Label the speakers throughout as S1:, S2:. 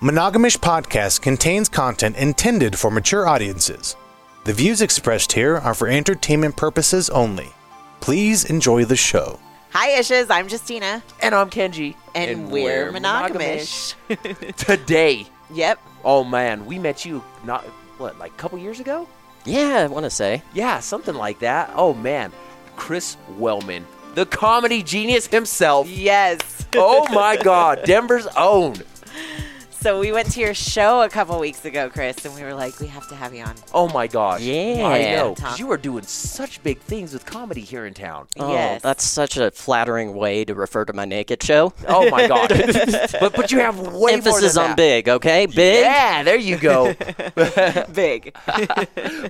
S1: Monogamish Podcast contains content intended for mature audiences. The views expressed here are for entertainment purposes only. Please enjoy the show.
S2: Hi, Ishes. I'm Justina,
S3: And I'm Kenji.
S2: and, we're, monogamish.
S3: Today.
S2: yep.
S3: Oh man, we met you not what, like a couple years ago?
S4: Yeah, I want to say.
S3: Yeah, something like that. Oh man. Chris Wellman, the comedy genius himself.
S2: Yes.
S3: oh my god, Denver's own.
S2: So we went to your show a couple weeks ago, Chris, and we were like, we have to have you on.
S3: Oh my gosh.
S4: Yeah.
S3: I know.
S2: Top.
S3: 'cause You are doing such big things with comedy here in town.
S4: Oh,
S2: yes.
S4: that's such a flattering way to refer to my naked show.
S3: Oh my god. but but you have way
S4: Emphasis
S3: more than
S4: on
S3: that.
S4: big, okay? Big.
S3: Yeah, there you go.
S2: big.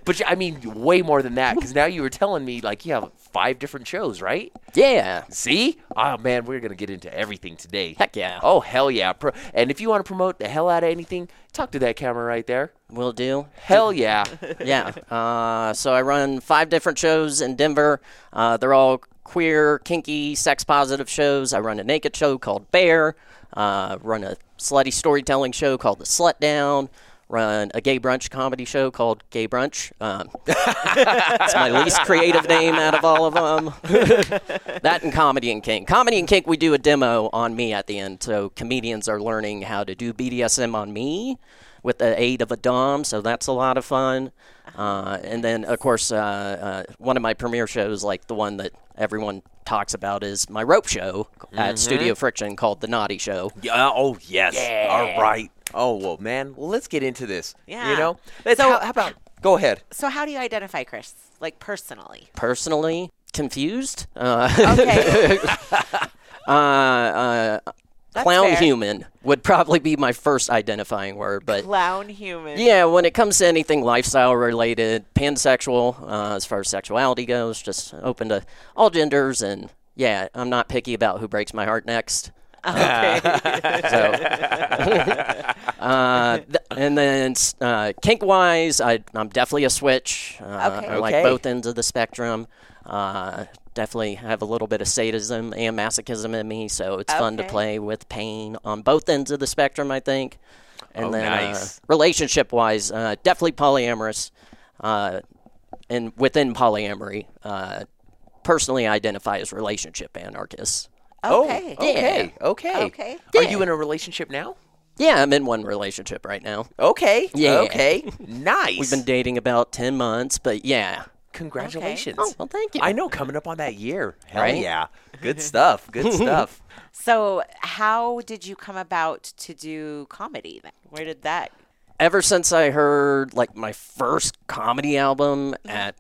S3: but you- I mean, way more than that because now you were telling me like you have five different shows, right?
S4: Yeah.
S3: See? Oh man, we're gonna get into everything today.
S4: Heck yeah.
S3: Oh hell yeah! Pro- and if you want to promote the hell out of anything, talk to that camera right there.
S4: Will do.
S3: Hell yeah!
S4: Yeah. Uh, so I run five different shows in Denver. Uh, they're all queer, kinky, sex positive shows. I run a naked show called Bear, uh, run a slutty storytelling show called The Slut Down. Run a gay brunch comedy show called Gay Brunch. Um, it's my least creative name out of all of them. that and comedy and kink. Comedy and kink, we do a demo on me at the end, so comedians are learning how to do BDSM on me with the aid of a dom. So that's a lot of fun. Uh, and then, of course, uh, uh, one of my premiere shows, like the one that everyone talks about, is my rope show at Studio Friction called The Naughty Show.
S3: yeah oh yes. All right. Oh well, man. Well, let's get into this.
S2: Yeah.
S3: You know. Let's,
S2: So-
S3: how, how about? Go ahead.
S2: So how do you identify Chris, like personally?
S4: Personally, confused. Uh,
S2: Oh, Okay.
S4: uh, uh, clown
S2: fair.
S4: human would probably be my first identifying word, but
S2: Clown human.
S4: Yeah, when it comes to anything lifestyle related, pansexual, uh, as far as sexuality goes, just open to all genders. And yeah, I'm not picky about who breaks my heart next.
S2: Okay.
S4: So, uh, th- and then uh, kink wise, I, I'm definitely a switch. Uh,
S2: Okay.
S4: I like
S3: Okay.
S4: both ends of the spectrum. Uh, definitely have a little bit of sadism and masochism in me, so it's fun to
S2: Okay.
S4: play with pain on both ends of the spectrum, I think. And
S3: Oh,
S4: then
S3: nice.
S4: uh, relationship wise, uh, definitely polyamorous. Uh, and within polyamory, uh, personally I identify as relationship anarchist.
S2: okay.
S3: Oh, okay. Okay.
S2: Okay.
S3: Are you in a relationship now?
S4: Yeah, I'm in one relationship right now.
S3: Okay.
S4: Yeah.
S3: Okay. Nice.
S4: We've been dating about 10 months, but yeah.
S3: Congratulations.
S4: Oh, Well, thank you.
S3: I know. Coming up on that year. Hell
S4: Right?
S3: yeah. Good stuff. Good stuff.
S2: So how did you come about to do comedy then? Where did that?
S4: Ever since I heard like my first comedy album at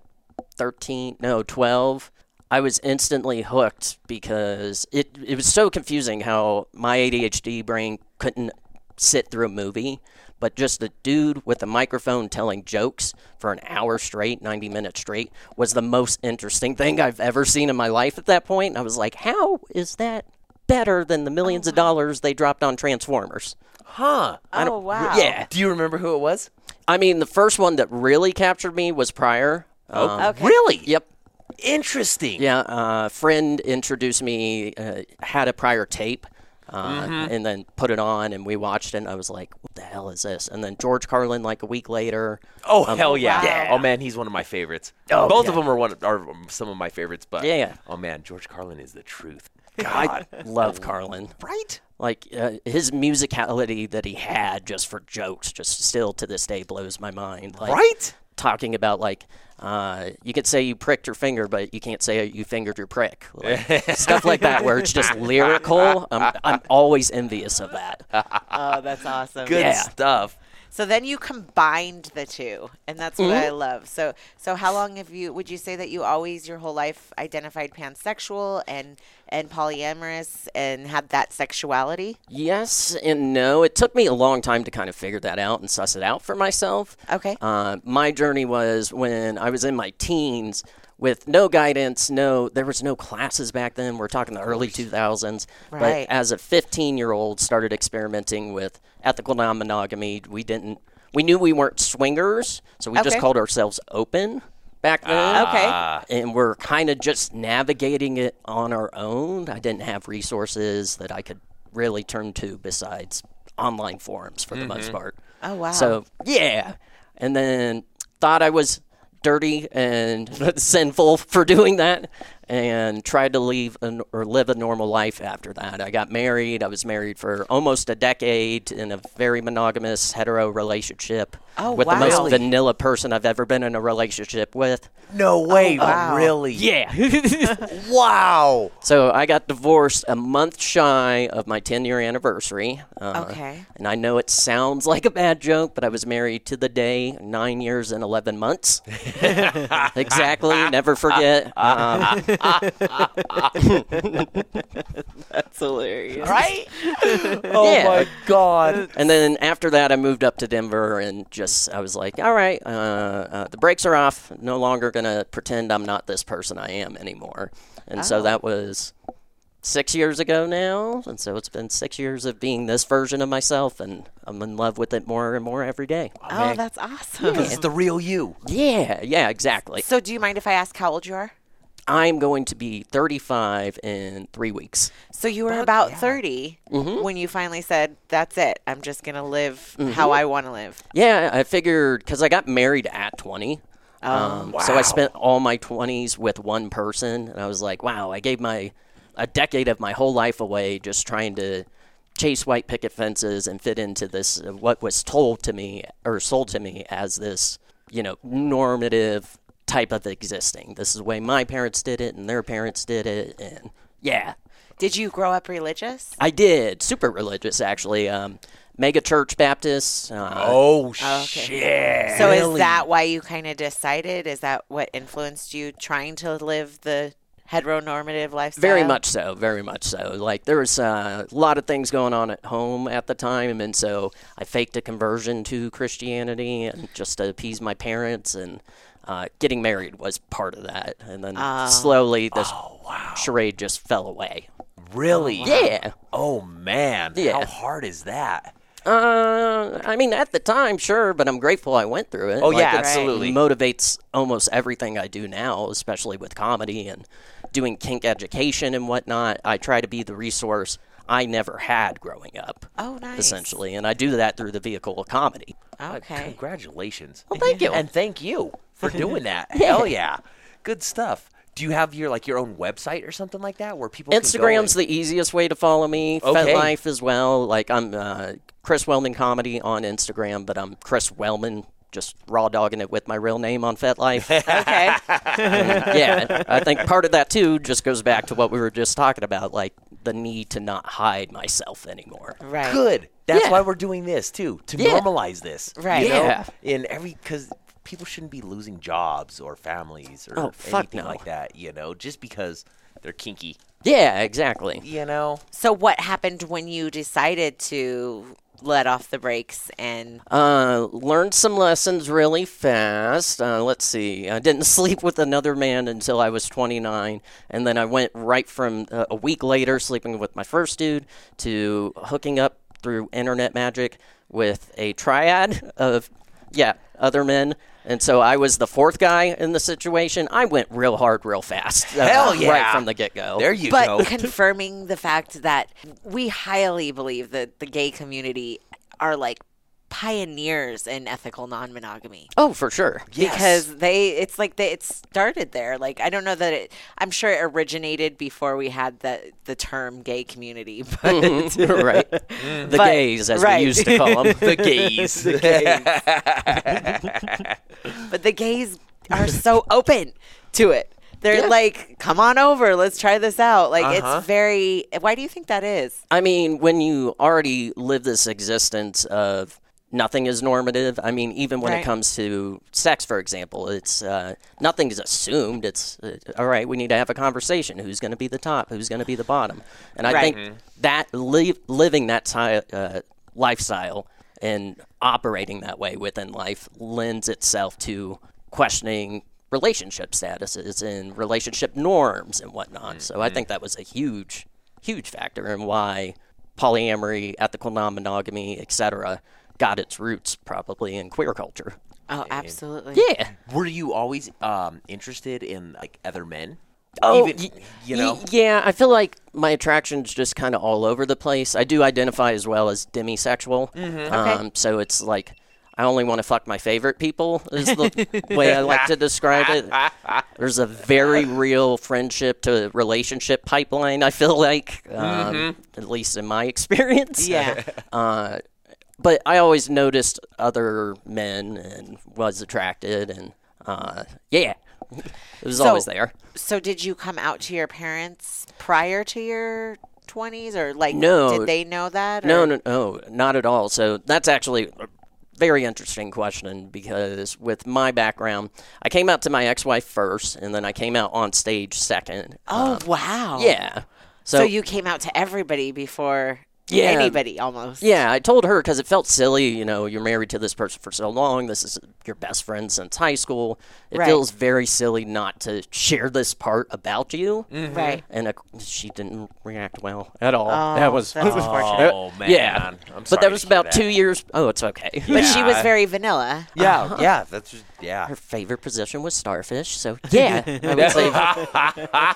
S4: 13, no, 12, I was instantly hooked because it it was so confusing how my ADHD brain couldn't sit through a movie, but just the dude with the microphone telling jokes for an hour straight, 90 minutes straight was the most interesting thing I've ever seen in my life at that point. And I was like, how is that better than the millions of dollars they dropped on Transformers?
S3: Huh.
S2: Oh wow.
S4: Yeah.
S3: Do you remember who it was?
S4: I mean, the first one that really captured me was Pryor.
S3: Oh.
S4: Um,
S2: Okay.
S3: Really?
S4: Yep.
S3: Interesting.
S4: Yeah. Uh, friend introduced me, uh, had a Pryor tape, uh, and then put it on, and we watched it, and I was like, what the hell is this? And then George Carlin, like a week later.
S3: Oh
S4: Um,
S3: hell yeah.
S2: Wow. Yeah.
S3: Oh man, he's one of my favorites. Both of them are one are um, some of my favorites, but
S4: Yeah, yeah.
S3: Oh man, George Carlin is the truth.
S4: I love Carlin.
S3: Right?
S4: Like uh, his musicality that he had just for jokes, just still to this day blows my mind. Like,
S3: Right?
S4: talking about like uh, you could say you pricked your finger, but you can't say you fingered your prick. Like, stuff like that, where it's just lyrical. I'm, I'm always envious of that.
S2: Oh, that's awesome.
S3: Good
S4: Yeah.
S3: stuff.
S2: So then you combined the two, and that's what I love. So, so how long have you? Would you say that you always, your whole life, identified pansexual and and polyamorous, and had that sexuality?
S4: Yes and no. It took me a long time to kind of figure that out and suss it out for myself.
S2: Okay.
S4: Uh, my journey was when I was in my teens with no guidance, no, there was no classes back then. We're talking the early 2000s.
S2: Right.
S4: But as a 15 year old, started experimenting with ethical non monogamy. We didn't, we knew we weren't swingers, so we
S2: Okay.
S4: just called ourselves open back then.
S2: Okay.
S4: Uh, And we're kind of just navigating it on our own. I didn't have resources that I could really turn to besides online forums for the most part.
S2: Oh, wow.
S4: So yeah, and then thought I was dirty and sinful for doing that, and tried to leave an, or live a normal life after that. I got married. I was married for almost a decade in a very monogamous hetero relationship
S2: Oh,
S4: with the most
S2: wow.
S4: vanilla person I've ever been in a relationship with.
S3: No
S4: Oh,
S3: way,
S2: wow.
S3: really?
S4: Yeah.
S3: Wow.
S4: So I got divorced a month shy of my 10 year anniversary.
S2: Oh.
S4: Uh,
S2: Okay.
S4: And I know it sounds like a bad joke, but I was married to the day, nine years and 11 months. exactly. Never forget. Um,
S2: That's hilarious.
S5: Right?
S4: oh yeah.
S3: My God.
S4: And then after that, I moved up to Denver and just, I was like, all right, uh, uh, the brakes are off. No longer going to pretend I'm not this person I am anymore. And so that was six years ago now. And so it's been six years of being this version of myself. And I'm in love with it more and more every day.
S2: Oh, that's awesome.
S3: This is the real you.
S4: Yeah, yeah, exactly.
S2: So, do you mind if I ask how old you are?
S4: I'm going to be 35 in three weeks.
S2: So you were about 30 when you finally said, "That's it. I'm just gonna live how I want to live."
S4: Yeah, I figured because I got married at 20. um, So I spent all my 20s with one person, and I was like, wow, I gave my a decade of my whole life away just trying to chase white picket fences and fit into this uh, what was told to me or sold to me as this you know normative type of existing. This is the way my parents did it, and their parents did it, and yeah,
S2: Did you grow up religious?
S4: I did super religious actually. Um, mega church Baptist. Uh,
S3: Oh, shit.
S2: So is that why you kind of decided? Is that what influenced you trying to live the heteronormative lifestyle?
S4: Very much so, very much so. Like there was uh, a lot of things going on at home at the time, and so I faked a conversion to Christianity and just to appease my parents. And uh, getting married was part of that. And then slowly, this charade just fell away.
S3: Really?
S4: Yeah.
S3: Oh, man.
S4: Yeah.
S3: How hard is that?
S4: Uh, I mean, at the time, sure, but I'm grateful I went through it.
S3: Oh, yeah,
S4: it
S3: absolutely.
S4: Motivates almost everything I do now, especially with comedy and doing kink education and whatnot. I try to be the resource I never had growing up.
S2: Oh, nice.
S4: Essentially, and I do that through the vehicle of comedy.
S2: Okay.
S3: Congratulations.
S4: thank you.
S3: And thank you for doing that. Hell yeah. Good stuff. Do you have your like your own website or something like that where people
S4: Instagram's
S3: can
S4: the easiest way to follow me.
S3: Okay.
S4: FetLife as well. Like I'm uh, Chris Wellman comedy on Instagram, but I'm Chris Wellman. Just raw dogging it with my real name on FetLife.
S2: Okay.
S4: yeah, I think part of that too just goes back to what we were just talking about, like the need to not hide myself anymore.
S2: right.
S3: good. That's
S4: Yeah.
S3: why we're doing this too to
S4: Yeah.
S3: normalize this. you
S2: Right.
S3: know?
S4: Yeah.
S3: In every because people shouldn't be losing jobs or families or
S4: Oh, fuck
S3: anything
S4: no.
S3: like that. You know, just because they're kinky.
S4: Yeah, exactly.
S3: You know.
S2: So what happened when you decided to let off the brakes and
S4: Uh, learned some lessons really fast. Uh, let's see. I didn't sleep with another man until I was 29, and then I went right from uh, a week later sleeping with my first dude to hooking up through internet magic with a triad of yeah other men. And so I was the fourth guy in the situation. I went real hard, real fast. uh,
S3: Hell yeah.
S4: Right from the get go.
S3: There you
S2: but
S3: go.
S2: confirming the fact that we highly believe that the gay community are like pioneers in ethical non-monogamy
S4: Oh, for sure.
S3: Yes.
S2: because they it's like they, it started there like i don't know that it i'm sure it originated before we had the the term gay community but
S4: Mm-hmm. right. The
S2: But-
S4: gays, as
S2: right.
S4: we used to call them.
S3: the gays.
S2: but the gays are so open to it they're like come on over let's try this out like
S4: Uh-huh.
S2: it's very why do you think that is
S4: I mean, when you already live this existence of nothing is normative, I mean, even when
S2: Right.
S4: it comes to sex, for example, it's uh, nothing is assumed. It's uh, all right. We need to have a conversation. Who's going to be the top? Who's going to be the bottom? And I
S2: Right.
S4: think that li- living that ti- uh, lifestyle and operating that way within life lends itself to questioning relationship statuses and relationship norms and whatnot. So I think that was a huge, huge factor in why polyamory, ethical non monogamy, etc., got its roots probably in queer culture.
S2: oh absolutely
S4: Yeah.
S3: Were you always um, interested in like other men?
S4: Oh,
S3: even,
S4: y-
S3: you
S4: y-
S3: know?
S4: yeah, I feel like my attraction's just kind of all over the place. I do identify as well as demisexual.
S3: Mm-hmm.
S4: Um, so it's like I only want to fuck my favorite people is the way I like to describe it. There's a very real friendship to relationship pipeline. I feel like, um,
S3: Mm-hmm.
S4: at least in my experience.
S2: Yeah.
S4: Uh, but I always noticed other men and was attracted and uh, yeah, it was always there.
S2: So did you come out to your parents prior to your 20s or like
S4: No.
S2: did they know that?
S4: No,
S2: or-
S4: no, no, not at all. So that's actually a very interesting question because with my background, I came out to my ex-wife first, and then I came out on stage second.
S2: Oh, wow.
S4: yeah. So,
S2: So, you came out to everybody before
S4: Yeah.
S2: anybody almost.
S4: yeah, I told her because it felt silly. You know, you're married to this person for so long. This is your best friend since high school. It
S2: Right.
S4: feels very silly not to share this part about you.
S2: Right.
S4: And uh, she didn't react well at all.
S2: Mm-hmm. Oh,
S4: that was
S2: that's unfortunate.
S3: Oh man.
S4: yeah.
S3: I'm sorry
S4: but
S3: to
S4: that was
S3: hear
S4: about
S3: that.
S4: two years. Oh, it's okay.
S2: But she was
S3: Yeah.
S2: very vanilla.
S3: Yeah, yeah. That's just, yeah.
S4: her favorite position was starfish. So yeah, I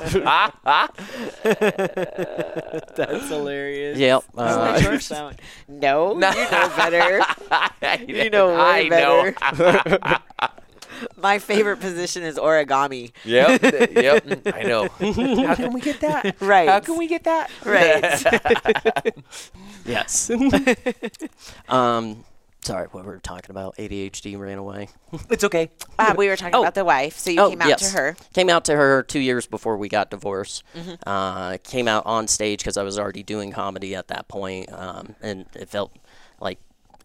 S4: would say
S6: That's hilarious.
S4: yep.
S6: That's
S4: Uh,
S6: not your sound.
S2: No, you know better. you know way
S3: I know.
S2: better. My favorite position is origami.
S3: Yep. Yep. I know. How can we get that?
S2: Right.
S3: How can we get that?
S2: Right.
S4: yes. um, sorry, what we were talking about? ADHD ran away.
S3: It's okay.
S2: uh, we were talking about the wife, so you
S4: oh,
S2: came out
S4: yes.
S2: to her. Mm-hmm.
S4: Came out to her two years before we got divorced. Uh, came out on stage because I was already doing comedy at that point, um, and it felt like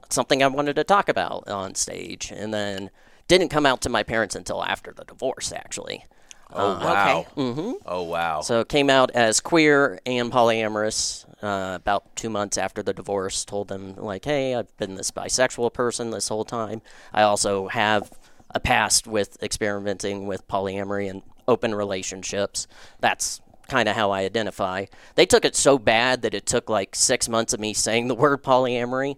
S4: something I wanted to talk about on stage. And then didn't come out to my parents until after the divorce, actually.
S3: Oh wow. Oh wow.
S4: Mm-hmm. So it came out as queer and polyamorous uh, about two months after the divorce. Told them, like, hey, I've been this bisexual person this whole time. I also have a past with experimenting with polyamory and open relationships. That's kind of how I identify. They took it so bad that it took like six months of me saying the word polyamory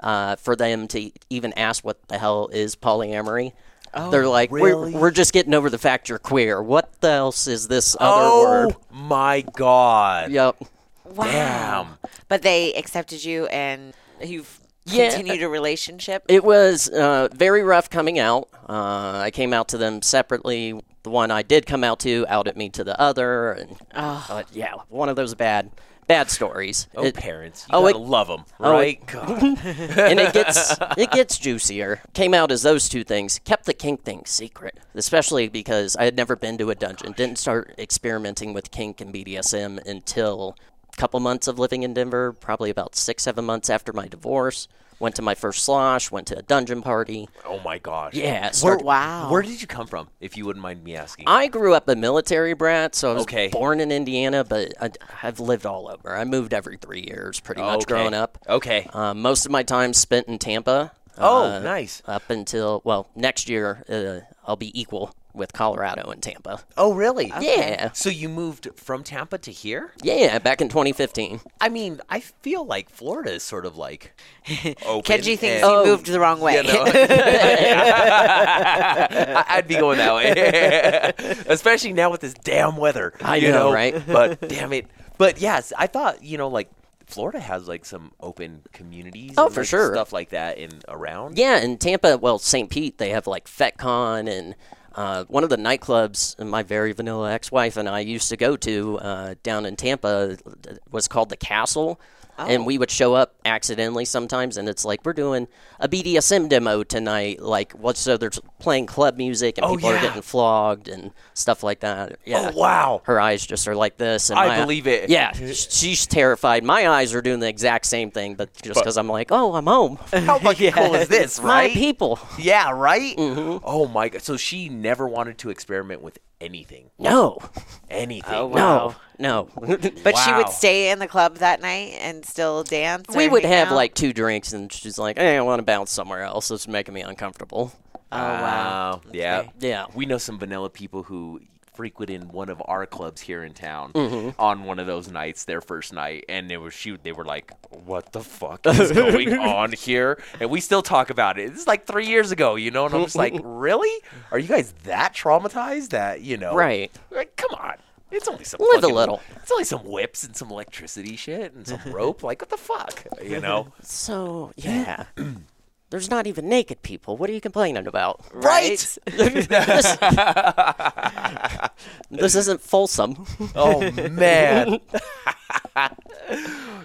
S4: uh, for them to even ask what the hell is polyamory. They're like,
S3: Oh, really?
S4: we're, we're just getting over the fact you're queer. What else is this other
S3: oh
S4: word?
S3: my god.
S4: Yep.
S2: Wow.
S3: Damn.
S2: But they accepted you and you've
S4: Yeah.
S2: continued a relationship.
S4: It was uh, very rough coming out. Uh, I came out to them separately. The one I did come out to outed me to the other, and uh, yeah, one of those bad, bad stories.
S3: Oh,
S4: It-
S3: parents. You
S4: oh,
S3: gotta
S4: it-
S3: love them,
S4: oh,
S3: right?
S4: it- and it gets it gets juicier. Came out as those two things. Kept the kink thing secret, especially because I had never been to a dungeon. Didn't start experimenting with kink and BDSM until a couple months of living in Denver, probably about six seven months after my divorce. Went to my first slosh. Went to a dungeon party.
S3: oh my gosh.
S4: Yeah,
S3: Where,
S4: started-
S2: wow.
S3: Where did you come from, if you wouldn't mind me asking?
S4: I grew up a military brat, so I was
S3: Okay.
S4: born in Indiana, but I, I've lived all over. I moved every three years, pretty much
S3: Okay.
S4: growing up.
S3: Okay.
S4: Um, most of my time spent in Tampa.
S3: Oh,
S4: uh,
S3: nice.
S4: Up until well, next year uh, I'll be equal with Colorado and Tampa.
S3: Oh, really?
S4: Yeah,
S3: So you moved from Tampa to here?
S4: yeah. Back in 2015.
S3: I mean, I feel like Florida is sort of like open.
S2: Kenji thinks you
S3: and-
S2: moved the wrong way.
S3: Oh. you know. I- I'd be going that way, especially now with this damn weather.
S4: I
S3: you
S4: know, right?
S3: But damn it! But yes, I thought you know, like Florida has like some open communities.
S4: Oh,
S3: and,
S4: for
S3: like,
S4: sure.
S3: stuff like that in around.
S4: Yeah, in Tampa, well, St. Pete, they have like FetCon and uh, one of the nightclubs my very vanilla ex-wife and I used to go to uh, down in Tampa uh, was called the Castle.
S3: Oh.
S4: And we would show up accidentally sometimes, and it's like we're doing a BDSM demo tonight. Like, what? So they're playing club music, and
S3: Oh,
S4: people are
S3: yeah.
S4: getting flogged and stuff like that. Yeah.
S3: Oh wow!
S4: Her eyes just are like this. And
S3: I
S4: my-
S3: believe it.
S4: Yeah, sh- she's terrified. My eyes are doing the exact same thing, but just because I'm like, oh, I'm home.
S3: How fucking cool is this,
S4: My Mm-hmm.
S3: right?
S4: people.
S3: Yeah, right. Oh my god! So she never wanted to experiment with anything.
S4: No,
S3: Anything.
S4: Oh, no, no.
S2: But she
S3: Oh, Wow.
S2: would stay in the club that night and still dance.
S4: we
S2: or
S4: would
S2: hang
S4: have
S2: out?
S4: like two drinks, and she's like, "Hey, I want to bounce somewhere else. It's making me uncomfortable."
S2: Oh wow.
S3: Wow. Yeah.
S4: Yeah.
S3: We know some vanilla people who frequent in one of our clubs here in town
S4: Mm-hmm.
S3: on one of those nights, their first night, and they were shoot they were like, What the fuck is going on here? And we still talk about it. This is like three years ago, you know, and I'm just like, Really? Are you guys that traumatized that, you know
S4: Right.
S3: Like, come on. It's only some
S4: Live a
S3: fucking-
S4: little.
S3: It's only some whips and some electricity shit and some rope. Like what the fuck, you know?
S4: So yeah. There's not even naked people. What are you complaining about?
S3: Right?
S4: this, this isn't Folsom.
S3: Oh man.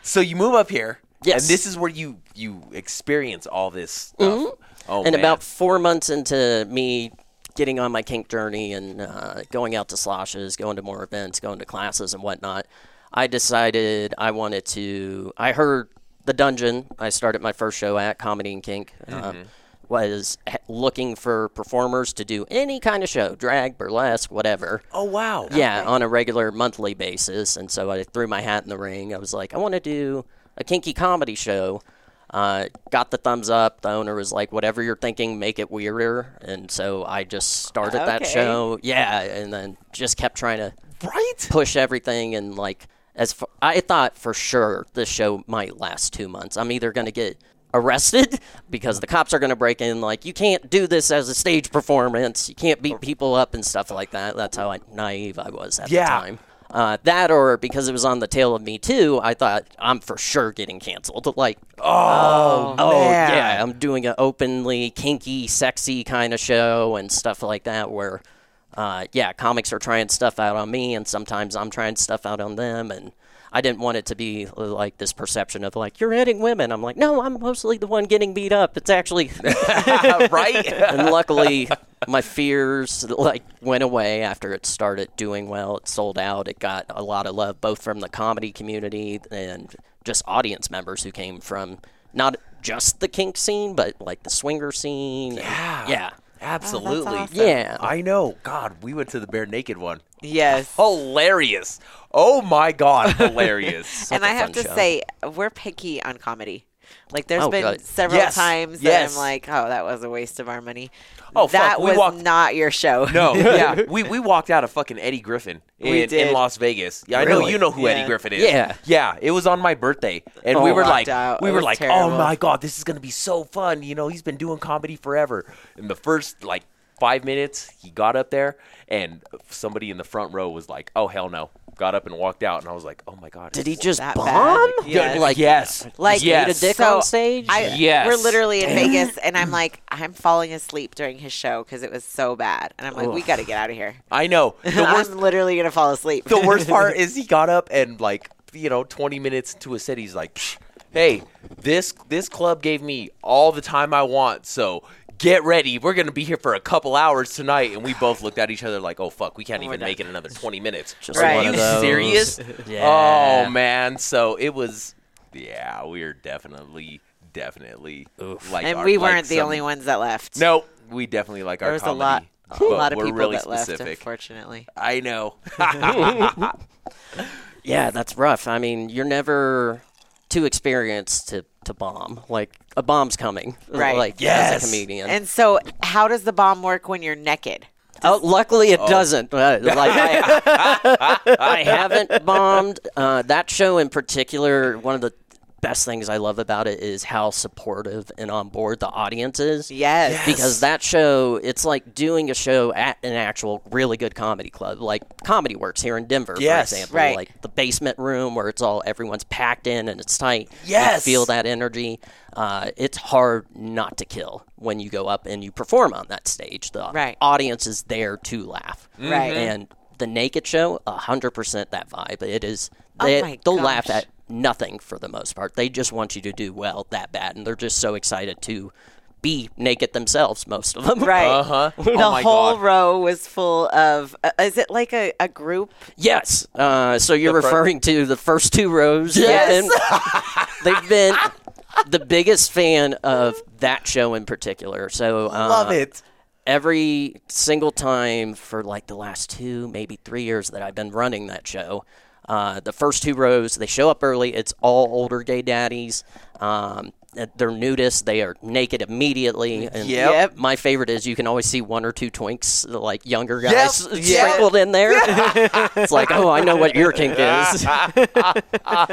S3: so you move up here.
S4: Yes.
S3: And this is where you you experience all this stuff. Oh
S4: Mm-hmm. and
S3: man.
S4: about four months into me getting on my kink journey and uh, going out to sloshes, going to more events, going to classes and whatnot, I decided I wanted to. I heard the dungeon. I started my first show at Comedy and Kink.
S3: Mm-hmm.
S4: Um, was h- looking for performers to do any kind of show, drag, burlesque, whatever.
S3: Oh wow.
S4: Yeah, on a regular monthly basis. And so I threw my hat in the ring. I was like, I want to do a kinky comedy show. Uh, got the thumbs up. The owner was like, whatever you're thinking, make it weirder. And so I just started that
S2: Okay.
S4: show. Yeah, and then just kept trying to
S3: Right?
S4: push everything and like as far, I thought for sure this show might last two months. I'm either gonna get arrested because the cops are gonna break in like you can't do this as a stage performance. You can't beat people up and stuff like that. That's how I, naive I was at
S3: Yeah.
S4: the time. Uh, that or because it was on the tail of me too, I thought I'm for sure getting canceled. Like,
S3: Oh,
S4: oh
S3: man.
S4: yeah, I'm doing an openly kinky, sexy kind of show and stuff like that where uh, yeah, comics are trying stuff out on me and sometimes I'm trying stuff out on them and I didn't want it to be like this perception of like you're hitting women. I'm like, no, I'm mostly the one getting beat up. It's actually
S3: right?
S4: and luckily my fears like went away after it started doing well it sold out it got a lot of love both from the comedy community and just audience members who came from not just the kink scene but like the swinger scene and-
S3: Yeah.
S4: yeah
S3: Absolutely.
S2: awesome.
S4: yeah
S3: Oh, I know. God, we went to the bare naked one.
S2: Yes.
S3: Hilarious. Oh my god, hilarious.
S2: and I have
S4: fun
S2: to
S4: show.
S2: say, we're picky on comedy. Like there's
S4: Oh,
S2: been
S4: good.
S2: several
S3: Yes,
S2: times
S3: yes.
S2: that I'm like, oh, that was a waste of our money.
S3: Oh, fuck,
S2: that
S3: we
S2: was
S3: walked-
S2: not your show.
S3: No, Oh, yeah, we we walked out of fucking Eddie Griffin in,
S2: We
S3: in
S2: did.
S3: Las Vegas. Yeah, I know
S4: Really?
S3: you know who Eddie
S2: Yeah.
S3: Griffin is.
S4: Yeah.
S3: yeah, it was on my birthday, and we
S4: Oh.
S3: were
S4: Walked
S3: like,
S2: out.
S3: we
S2: It
S3: were
S2: was
S3: like, oh
S2: terrible.
S3: my god, this is gonna be so fun. You know, he's been doing comedy forever. In the first like five minutes, he got up there, and somebody in the front row was like, oh hell no, got up and walked out, and I was like, oh my god,
S4: did
S3: it's
S4: he just
S2: that
S4: bomb
S2: bad. Yes.
S4: like
S3: yes,
S2: Like
S3: yes.
S4: ate a dick
S2: so
S4: on stage
S2: I,
S3: Yes.
S2: we're literally in Vegas, and I'm like, I'm falling asleep during his show because it was so bad, and I'm like, we got to get out of here.
S3: I know the worst
S2: I'm literally gonna fall asleep.
S3: the worst part is he got up and like you know 20 minutes into a set he's like "Psh, hey this this club gave me all the time i want so get ready we're gonna be here for a couple hours tonight and we both looked at each other like oh fuck we can't even make it another 20 minutes
S4: Just
S3: are
S2: one
S3: you
S2: of
S4: those.
S3: serious
S4: Yeah.
S3: oh man so it was yeah we are definitely definitely like
S2: and
S3: our-
S2: we
S3: like
S2: weren't the
S3: some-
S2: only ones that left.
S3: no we definitely like
S2: there
S3: our
S2: was a
S3: comedy
S2: lot, a
S3: but
S2: lot of
S3: we're
S2: people
S3: really
S2: that left.
S3: specific
S2: Unfortunately,
S3: i know
S4: Yeah, that's rough. I mean, you're never too experienced to, to bomb. Like a bomb's coming.
S2: Right.
S4: Like
S3: Yes.
S4: as a comedian.
S2: and so how does the bomb work when you're naked?
S4: oh, luckily it doesn't. Uh, like I, I haven't bombed. Uh, that show in particular, one of the best things I love about it is how supportive and on board the audience is.
S2: Yes,
S4: Because that show, it's like doing a show at an actual really good comedy club, like Comedy Works here in Denver,
S3: Yes.
S4: for example.
S2: Right.
S4: Like the basement room where it's all everyone's packed in and it's tight.
S3: Yes.
S4: You feel that energy. Uh, it's hard not to kill when you go up and you perform on that stage. The
S2: Right.
S4: audience is there to laugh.
S2: Right.
S4: And the naked show, hundred percent that vibe. It is. They,
S2: Oh my
S4: they'll laugh
S2: gosh.
S4: at nothing for the most part. They just want you to do well that bad, and they're just so excited to be naked themselves. Most of them,
S2: right.
S3: uh-huh oh
S2: the
S3: my
S2: whole
S3: god
S2: row was full of. Uh, is it like a, a group?
S4: Yes. Uh, so you're referring to the first two rows. Yes. They've been, they've been the biggest fan of that show in particular. So uh,
S3: love it
S4: every single time for like the last two, maybe three years that I've been running that show. Uh, the first two rows, they show up early. It's all older gay daddies. Um, they're nudists. They are naked immediately. And
S3: Yep. Yep.
S4: My favorite is you can always see one or two twinks, like younger guys,
S3: Yep.
S4: sprinkled in there. it's like, oh, I know what your kink is.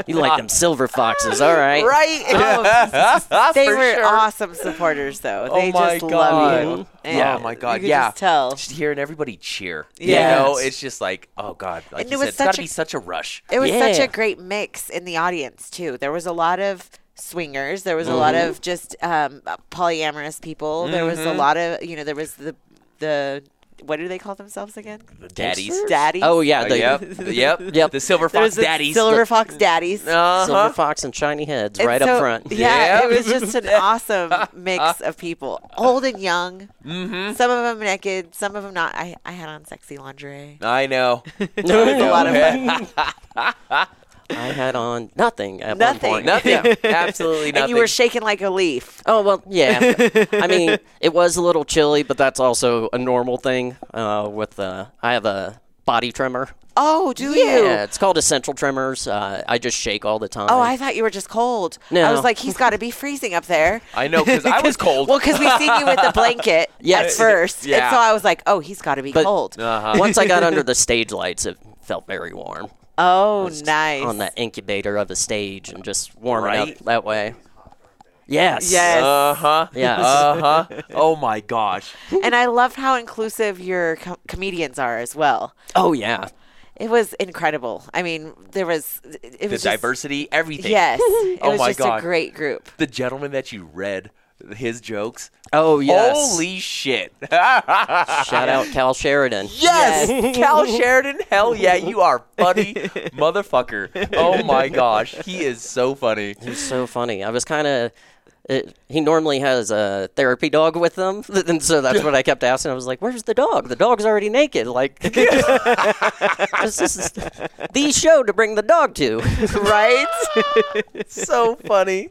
S4: you like them silver foxes, all right?
S2: Right? Oh,
S3: Ah,
S2: they
S3: for
S2: were
S3: sure. Oh
S2: awesome supporters, though. They
S3: my
S2: just love
S3: God.
S2: you.
S3: Yeah, Oh my God,
S2: You could
S3: yeah.
S2: just tell.
S3: Just hearing everybody cheer.
S4: Yes.
S3: You know, it's just like, oh God. Like
S2: And
S3: you
S2: it was
S3: said, it's got
S2: such
S3: to
S2: a-
S3: be such a rush.
S2: It was such
S4: Yeah.
S2: a great mix in the audience too. There was a lot of swingers. There was a lot of just um, polyamorous people. There was a lot of you know. There was the the what do they call themselves again?
S3: The daddies.
S2: Daddies.
S4: Oh, yeah.
S3: Uh,
S4: the
S3: yep. Yep.
S4: Yep.
S3: The Silver
S2: There
S3: Fox
S2: was the
S3: daddies.
S2: Silver Fox daddies.
S3: Uh-huh.
S4: Silver fox and shiny heads
S2: And
S4: right
S2: so-
S4: up front.
S2: Yeah,
S3: Yeah.
S2: it was just an awesome mix of people, old and young. Some of them naked, some of them not. I, I had on sexy lingerie.
S3: I know.
S2: It was a lot of fun.
S4: I had on nothing at
S2: Nothing.
S4: one point.
S3: Nothing. Absolutely nothing.
S2: And you were shaking like a leaf.
S4: Oh well, yeah. I mean, it was a little chilly, but that's also a normal thing. Uh, with uh, I have a body tremor.
S2: Oh, do you?
S4: Yeah, it's called essential tremors. Uh, I just shake all the time.
S2: Oh, I thought you were just cold. I
S4: No.
S2: was like, he's got to be freezing up there.
S3: I know because I was cold.
S2: Well, because we seen you with the blanket at
S4: Yes.
S2: first,
S3: Yeah.
S2: and so I was like, oh, he's got to be
S4: But-
S2: cold.
S4: Uh-huh.
S3: Uh-huh.
S4: Once I got under the stage lights, it felt very warm
S2: oh, nice.
S4: on the incubator of the stage and just warming
S3: Right.
S4: up that way. Yes.
S2: Yes.
S3: Uh huh.
S4: Yes.
S3: Uh huh. Oh my gosh.
S2: and I love how inclusive your com- comedians are as well.
S4: Oh yeah.
S2: It was incredible. I mean, there was it was
S3: The
S2: just-
S3: diversity, everything.
S2: Yes, it
S3: Oh
S2: was
S3: my
S2: just
S3: God.
S2: a great group.
S3: The gentleman that you read his jokes.
S4: Oh yes.
S3: Holy shit.
S4: Shout out Cal Sheridan.
S3: Yes, Cal Sheridan. Hell yeah, you are funny, motherfucker. Oh my gosh, he is so funny.
S4: He's so funny. I was kind of. He normally has a therapy dog with him, and so that's what I kept asking. I was like, "Where's the dog? The dog's already naked." Like, this is the show to bring the dog to.
S2: Right?
S3: So funny.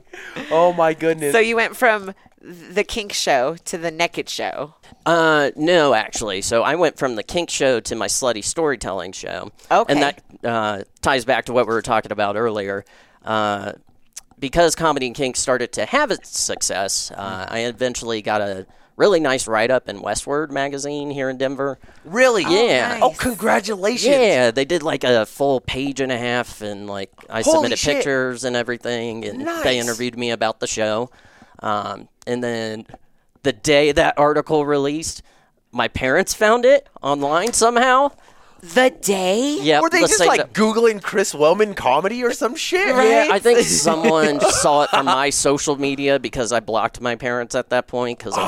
S3: Oh my goodness.
S2: so you went from the kink show to the naked show.
S4: Uh, no, actually. So I went from the kink show to my slutty storytelling show.
S2: Okay.
S4: And that uh, ties back to what we were talking about earlier. Uh, because comedy and kink started to have its success, uh, I eventually got a really nice write up in Westward magazine here in Denver.
S3: really?
S4: yeah.
S3: Oh, congratulations.
S4: Yeah, they did like a full page and a half, and like I
S3: Holy
S4: submitted
S3: shit.
S4: pictures and everything, and they
S3: Nice.
S4: interviewed me about the show. Um, and then the day that article released, my parents found it online somehow.
S2: The day?
S4: Yeah,
S3: Were they
S4: let's
S3: just
S4: say
S3: like
S4: that-
S3: googling Chris Wellman comedy or some shit?
S4: Yeah, I think someone just saw it from my social media because I blocked my parents at that point because I'm,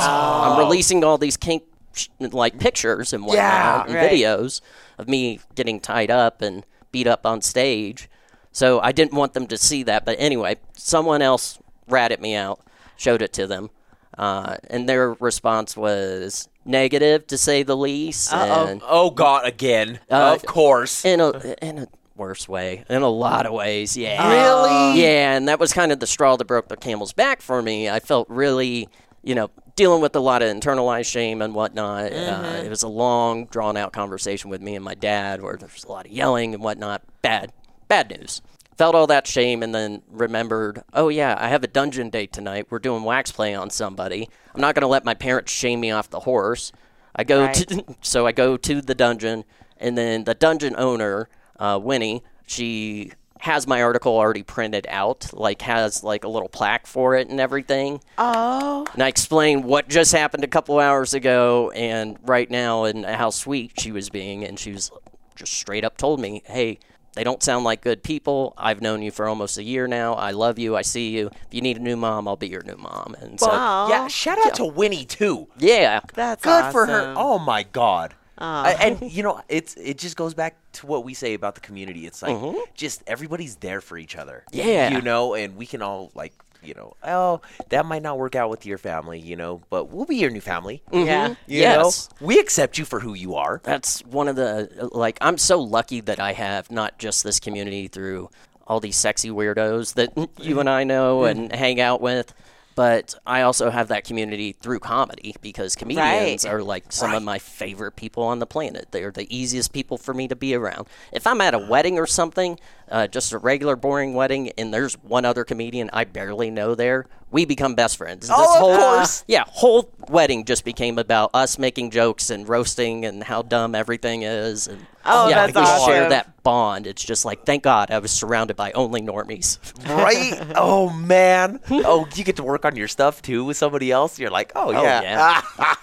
S4: I'm releasing all these kink sh- like pictures and whatnot
S3: Yeah,
S4: and
S2: right.
S4: videos of me getting tied up and beat up on stage. So I didn't want them to see that. But anyway, someone else ratted me out, showed it to them, uh, and their response was negative to say the least. And
S3: Oh God, again.
S4: Uh,
S3: of course.
S4: in a in a worse way, in a lot of ways. Yeah.
S3: Really?
S4: Yeah, and that was kind of the straw that broke the camel's back for me. I felt really, you know, dealing with a lot of internalized shame and whatnot. Uh, it was a long, drawn out conversation with me and my dad, where there was a lot of yelling and whatnot. Bad, bad news. Felt all that shame and then remembered, oh, yeah, I have a dungeon date tonight. We're doing wax play on somebody. I'm not going to let my parents shame me off the horse. I go to, so I go to the dungeon, and then the dungeon owner, uh, Winnie, she has my article already printed out, like has like a little plaque for it and everything.
S2: Oh,
S4: And I explained what just happened a couple hours ago, and right now, and how sweet she was being, and she was just straight up told me, "Hey." They don't sound like good people. I've known you for almost a year now. I love you. I see you. If you need a new mom, I'll be your new mom. And so,
S2: Wow.
S3: Yeah. Shout out to Winnie too.
S4: yeah,
S2: that's
S3: good for her.
S2: awesome.
S3: Oh my god. I- and you know, it's it just goes back to what we say about the community. It's like just everybody's there for each other.
S4: Yeah.
S3: you know, and we can all like, you know, oh, that might not work out with your family, you know, but we'll be your new family.
S4: Mm-hmm.
S2: Yeah.
S3: You
S4: Yes.
S3: know, we accept you for who you are.
S4: that's one of the like I'm so lucky that I have not just this community through all these sexy weirdos that you and I know and hang out with, but I also have that community through comedy because comedians
S2: Right.
S4: are like some of my favorite people on the planet. They are the easiest people for me to be around. If I'm at a wedding or something, uh, just a regular boring wedding, and there's one other comedian I barely know there. We become best friends. Oh,
S5: of
S4: whole,
S5: course.
S4: Yeah, whole wedding just became about us making jokes and roasting and how dumb everything is. And,
S2: Oh,
S4: yeah,
S2: that's
S4: we share
S2: awesome.
S4: that bond. It's just like, thank God I was surrounded by only normies.
S5: right?
S3: Oh man! Oh, you get to work on your stuff too with somebody else. You're like, oh, yeah.
S4: yeah.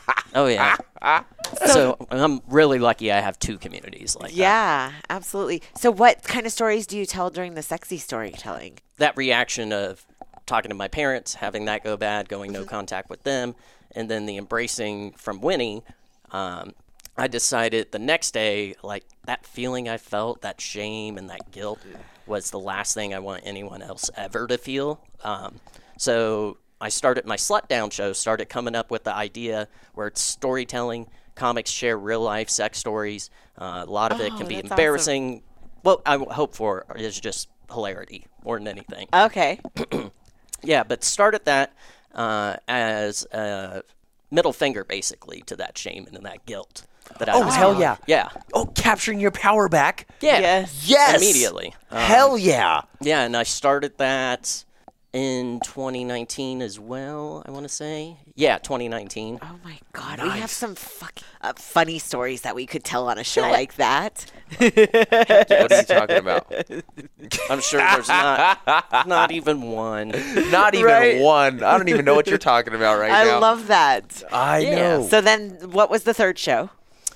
S4: oh yeah. So I'm really lucky I have two communities like that.
S2: Yeah, absolutely. So, what kind of stories do you tell during the sexy storytelling?
S4: that reaction of talking to my parents, having that go bad, going no contact with them, and then the embracing from Winnie, um, I decided the next day, like that feeling I felt, that shame and that guilt was the last thing I want anyone else ever to feel. Um, so I started my Slut Down show, started coming up with the idea where it's storytelling, comics share real life sex stories. Uh, a lot of it can be
S2: that's awesome.
S4: embarrassing. What I hope for is just hilarity more than anything. Uh,
S2: Okay.
S4: Yeah, but started that uh, as a middle finger, basically, to that shame and that guilt that I
S3: Oh,
S4: was
S3: hell
S4: feeling.
S3: yeah.
S4: yeah,
S3: Oh, capturing your power back.
S4: yeah,
S2: Yes.
S3: Yes. Uh-huh.
S4: immediately. Uh,
S3: Hell yeah.
S4: yeah, and I started that in 2019 as well. I want to say, yeah, 2019.
S2: Oh my God, we have some fucking uh, funny stories that we could tell on a show like that.
S3: What are you talking about?
S4: I'm sure there's not not even one.
S3: Not even
S2: Right.
S3: one. I don't even know what you're talking about right
S2: I
S3: now.
S2: love that.
S3: I
S4: Yeah.
S3: know.
S2: So then, what was the third show?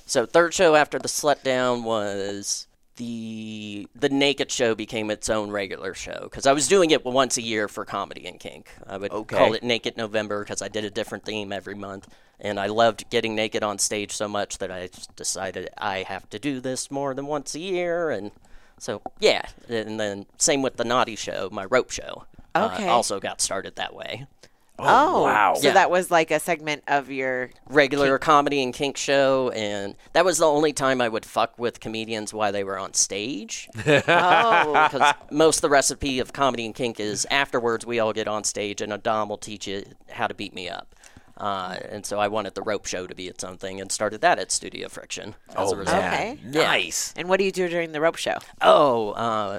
S4: So third show after the slut down was the the naked show became its own regular show because I was doing it once a year for comedy and kink. I would call it Naked November because I did a different theme every month, and I loved getting naked on stage so much that I just decided I have to do this more than once a year. And so yeah, and then same with the naughty show, my rope show. uh,
S2: Okay.
S4: also got started that way.
S2: Oh,
S3: wow.
S2: So
S4: Yeah.
S2: that was like a segment of your.
S4: regular comedy and kink show, and that was the only time I would fuck with comedians while they were on stage.
S2: Oh,
S4: Because most of the recipe of comedy and kink is afterwards we all get on stage and a dom will teach you how to beat me up. Uh, and so I wanted the rope show to be its own thing and started that at Studio Friction.
S3: Oh,
S4: As a result.
S2: okay.
S3: Nice.
S2: And what do you do during the rope show?
S4: Oh, uh,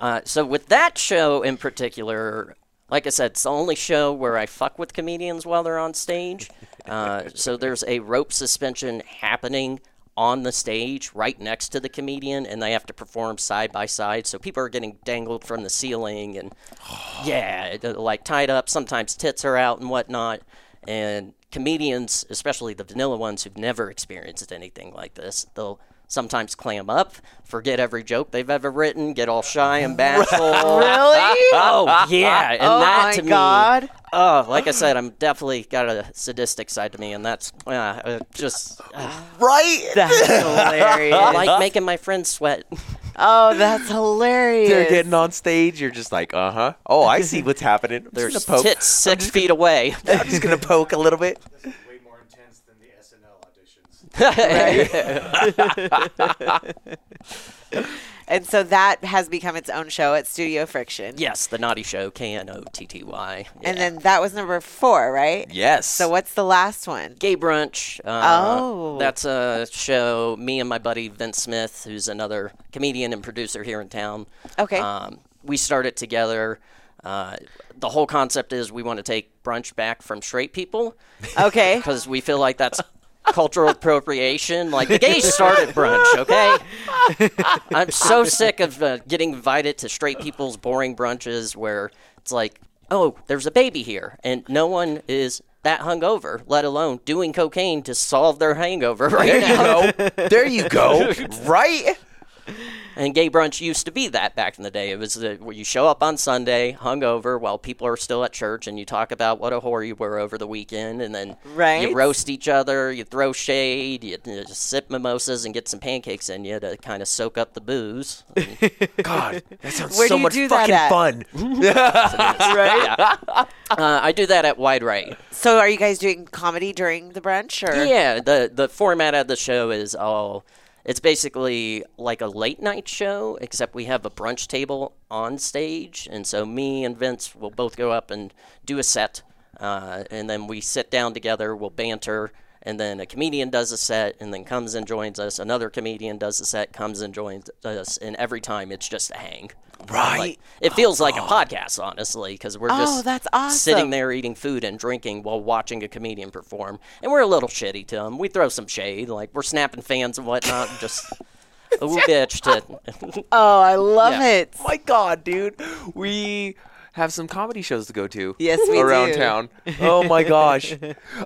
S4: uh, so with that show in particular, like I said, it's the only show where I fuck with comedians while they're on stage. Uh, so there's a rope suspension happening on the stage right next to the comedian, and they have to perform side by side. So people are getting dangled from the ceiling and, yeah, they're, like tied up. Sometimes tits are out and whatnot. And comedians, especially the vanilla ones who've never experienced anything like this, they'll sometimes clam up, forget every joke they've ever written, get all shy and bashful.
S2: Really?
S4: Oh yeah, and
S2: Oh
S4: that
S2: my
S4: to me.
S2: God.
S4: Oh, like I said, I'm definitely got a sadistic side to me, and that's uh, uh, just uh,
S3: Right.
S2: That's
S4: I
S2: hilarious.
S4: like making my friends sweat.
S2: oh, that's hilarious.
S3: They're getting on stage. You're just like, uh huh. Oh, I see what's happening. I'm
S4: There's
S3: just gonna poke.
S4: tits six feet away.
S3: I'm just gonna poke a little bit.
S1: This is way more intense than the SNL auditions.
S2: And so that has become its own show at Studio Friction.
S4: yes, the naughty show, K N O T T Y.
S2: And then that was number four, right?
S3: Yes.
S2: So what's the last one?
S4: Gay Brunch. Uh,
S2: Oh.
S4: That's a show me and my buddy Vince Smith, who's another comedian and producer here in town.
S2: Okay.
S4: Um, we started together. Uh, the whole concept is we want to take brunch back from straight people
S2: Okay.
S4: because we feel like that's cultural appropriation. Like the gays started brunch, okay? I'm so sick of uh, getting invited to straight people's boring brunches where it's like, oh, there's a baby here, and no one is that hungover, let alone doing cocaine to solve their hangover right now.
S3: There you go. There you go. Right.
S4: And gay brunch used to be that back in the day. It was the, where you show up on Sunday hungover while people are still at church, and you talk about what a whore you were over the weekend, and then
S2: Right.
S4: you roast each other, you throw shade, you, you just sip mimosas and get some pancakes in you to kind of soak up the booze.
S3: God, that sounds
S2: Where
S3: so
S2: do you
S3: much
S2: do that
S3: fucking
S2: at?
S3: fun.
S4: Uh, I do that at Wide Right.
S2: So are you guys doing comedy during the brunch or
S4: Yeah, the the format of the show is all. It's basically like a late night show, except we have a brunch table on stage, and so me and Vince will both go up and do a set, uh, and then we sit down together, we'll banter, and then a comedian does a set, and then comes and joins us. Another comedian does a set, comes and joins us, and every time it's just a hang. Like,
S3: Right.
S4: it feels like a podcast, honestly, because we're just
S2: Oh, that's awesome.
S4: sitting there eating food and drinking while watching a comedian perform, and we're a little shitty to him. We throw some shade, like we're snapping fans and whatnot, and just a little bitch to.
S2: Oh, I love
S4: Yeah.
S2: it.
S3: Oh my god, dude, we have some comedy shows to go to.
S2: Yes, we
S3: around
S2: do.
S3: town. Oh my gosh.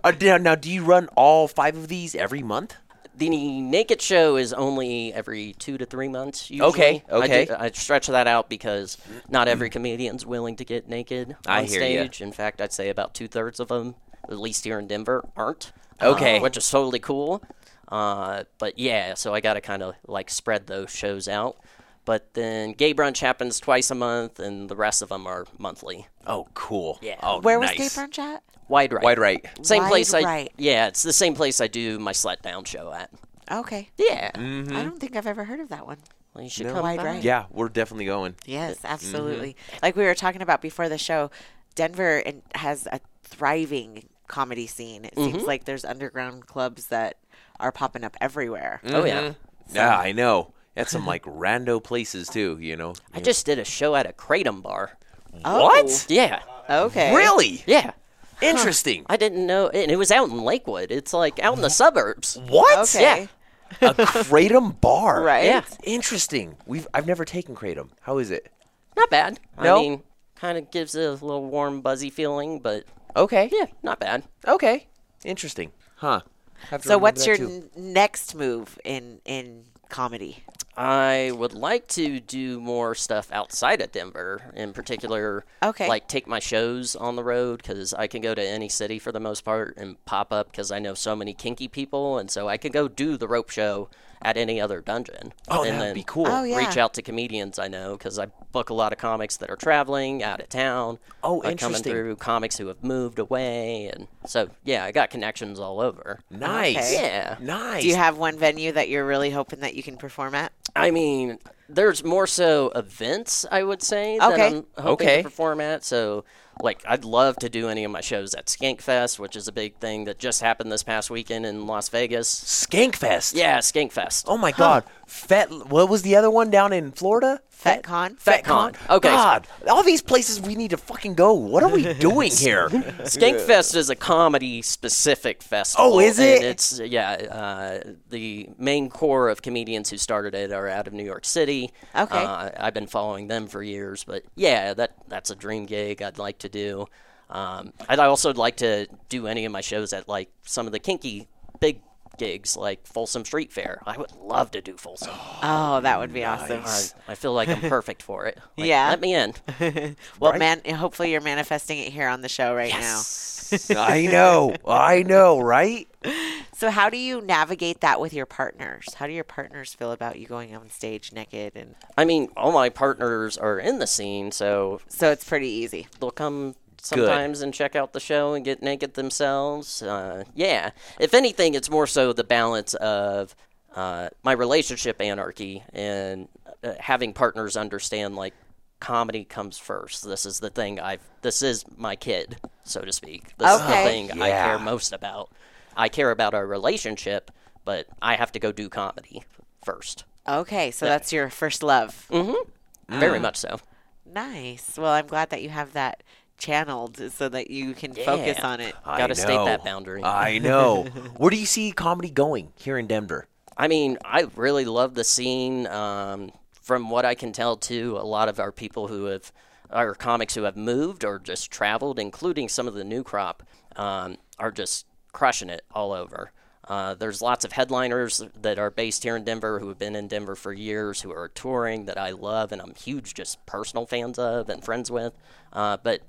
S3: Uh, now, now, do you run all five of these every month?
S4: the naked show is only every two to three months. Usually.
S3: Okay,
S4: I do-
S3: okay.
S4: I, stretch that out because not every comedian's willing to get naked
S3: I
S4: on
S3: hear ya.
S4: stage. In fact, I'd say about two thirds of them, at least here in Denver, aren't.
S3: Okay.
S4: uh, which is totally cool. Uh, but yeah, so I got to kind of like spread those shows out. But then gay brunch happens twice a month, and the rest of them are monthly.
S3: Oh, cool.
S4: Yeah.
S3: Oh,
S2: Where
S3: nice.
S2: was Gay Brunch at?
S4: Wide right.
S3: Wide right.
S4: Same
S2: Wide
S4: place. I
S2: Right.
S4: yeah, it's the same place I do my slut down show at.
S2: Okay.
S4: Yeah.
S3: Mm-hmm.
S2: I don't think I've ever heard of that one.
S4: Well, you should come
S2: Wide
S4: by.
S2: right.
S3: Yeah, we're definitely going.
S2: Yes, absolutely. Like we were talking about before the show, Denver and has a thriving comedy scene. It seems like there's underground clubs that are popping up everywhere.
S4: Oh yeah.
S3: Mm-hmm. Yeah, I know. That's some like rando places too, you know.
S4: I just did a show at a Kratom bar.
S3: What?
S2: Oh,
S4: Yeah.
S2: Okay.
S3: Really?
S4: Yeah.
S3: Interesting.
S4: I didn't know. And it was out in Lakewood. It's like out in the suburbs.
S3: What?
S2: Okay.
S4: Yeah.
S3: A kratom bar.
S2: Right.
S4: Yeah.
S3: Interesting. We've I've never taken kratom. How is it?
S4: Not bad.
S3: No?
S4: I mean, kind of gives it a little warm, buzzy feeling, but
S3: Okay.
S4: yeah, not bad.
S3: Okay. Interesting. Huh. Have to
S2: So
S3: remember
S2: what's
S3: that,
S2: your
S3: too.
S2: n- next move in in comedy?
S4: I would like to do more stuff outside of Denver, in particular.
S2: Okay.
S4: Like take my shows on the road because I can go to any city for the most part and pop up because I know so many kinky people, and so I can go do the rope show at any other dungeon.
S3: Oh,
S4: and
S3: that'd
S4: then
S3: be cool.
S2: Oh, yeah.
S4: Reach out to comedians I know because I book a lot of comics that are traveling out of town.
S3: Oh,
S4: uh, Coming
S3: interesting.
S4: through comics who have moved away, and so yeah, I got connections all over.
S3: Nice.
S2: Okay.
S4: Yeah.
S3: Nice.
S2: Do you have one venue that you're really hoping that you can perform at?
S4: I mean, there's more so events, I would say,
S2: Okay.
S4: that I'm hoping
S3: Okay.
S4: to perform at. So, like, I'd love to do any of my shows at Skankfest, which is a big thing that just happened this past weekend in Las Vegas.
S3: Skankfest.
S4: Yeah, Skankfest.
S3: Oh my God. Fet. What was the other one down in Florida?
S2: FetCon?
S3: FetCon.
S4: FetCon. Okay.
S3: God. All these places we need to fucking go. What are we doing here?
S4: Skankfest is a comedy specific festival.
S3: Oh, is
S4: and
S3: it?
S4: it's yeah. Uh, the main core of comedians who started it are out of New York City.
S2: Okay.
S4: Uh, I've been following them for years, but yeah, that that's a dream gig I'd like to do. Um, I'd also like to do any of my shows at like some of the kinky big gigs, like Folsom Street Fair. I would love to do Folsom.
S2: Oh, that would be awesome.
S4: I, I feel like I'm perfect for it. Like,
S2: Yeah.
S4: Let me in.
S2: Well, man, hopefully you're manifesting it here on the show right
S3: I know. I know. Right.
S2: now. So, how do you navigate that with your partners? How do your partners feel about you going on stage naked? And
S4: I mean, all my partners are in the scene, so
S2: so it's pretty easy.
S4: they'll come sometimes and check out the show and get naked themselves. Uh, yeah. If anything, it's more so the balance of uh, my relationship anarchy and uh, having partners understand like comedy comes first. This is the thing I've. This is my kid, so to speak. This is
S2: Okay.
S4: the thing I
S3: Yeah.
S4: care most about. I care about our relationship, but I have to go do comedy first.
S2: Okay, so that's your first love.
S4: Very much so.
S2: Mm-hmm. Nice. Well, I'm glad that you have that channeled so that you can focus
S4: Yeah.
S2: on it.
S3: I
S4: Gotta state
S3: know.
S4: that boundary.
S3: I know. Where do you see comedy going here in Denver?
S4: I mean, I really love the scene. Um, from what I can tell, too, a lot of our people who have, our comics who have moved or just traveled, including some of the new crop, um, are just crushing it all over. Uh, there's lots of headliners that are based here in Denver who have been in Denver for years, who are touring that I love and I'm huge, just personal fans of and friends with. Uh, but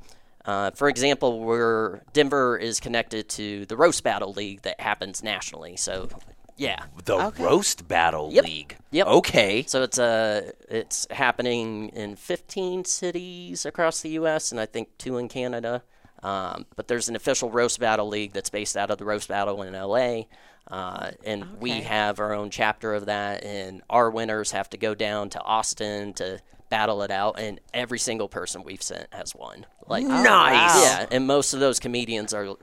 S4: uh, for example, where Denver is connected to the Roast Battle League that happens nationally. So, yeah.
S3: The Roast Battle
S4: Yep.
S3: League.
S4: Yep.
S3: Okay.
S4: So it's uh, it's happening in 15 cities across the U.S. and I think two in Canada. Um, but there's an official roast battle league that's based out of the roast battle in L.A. Uh, and we
S2: Okay.
S4: have our own chapter of that, and our winners have to go down to Austin to battle it out. And every single person we've sent has won. Like oh,
S3: Nice.
S2: wow.
S4: yeah, and most of those comedians are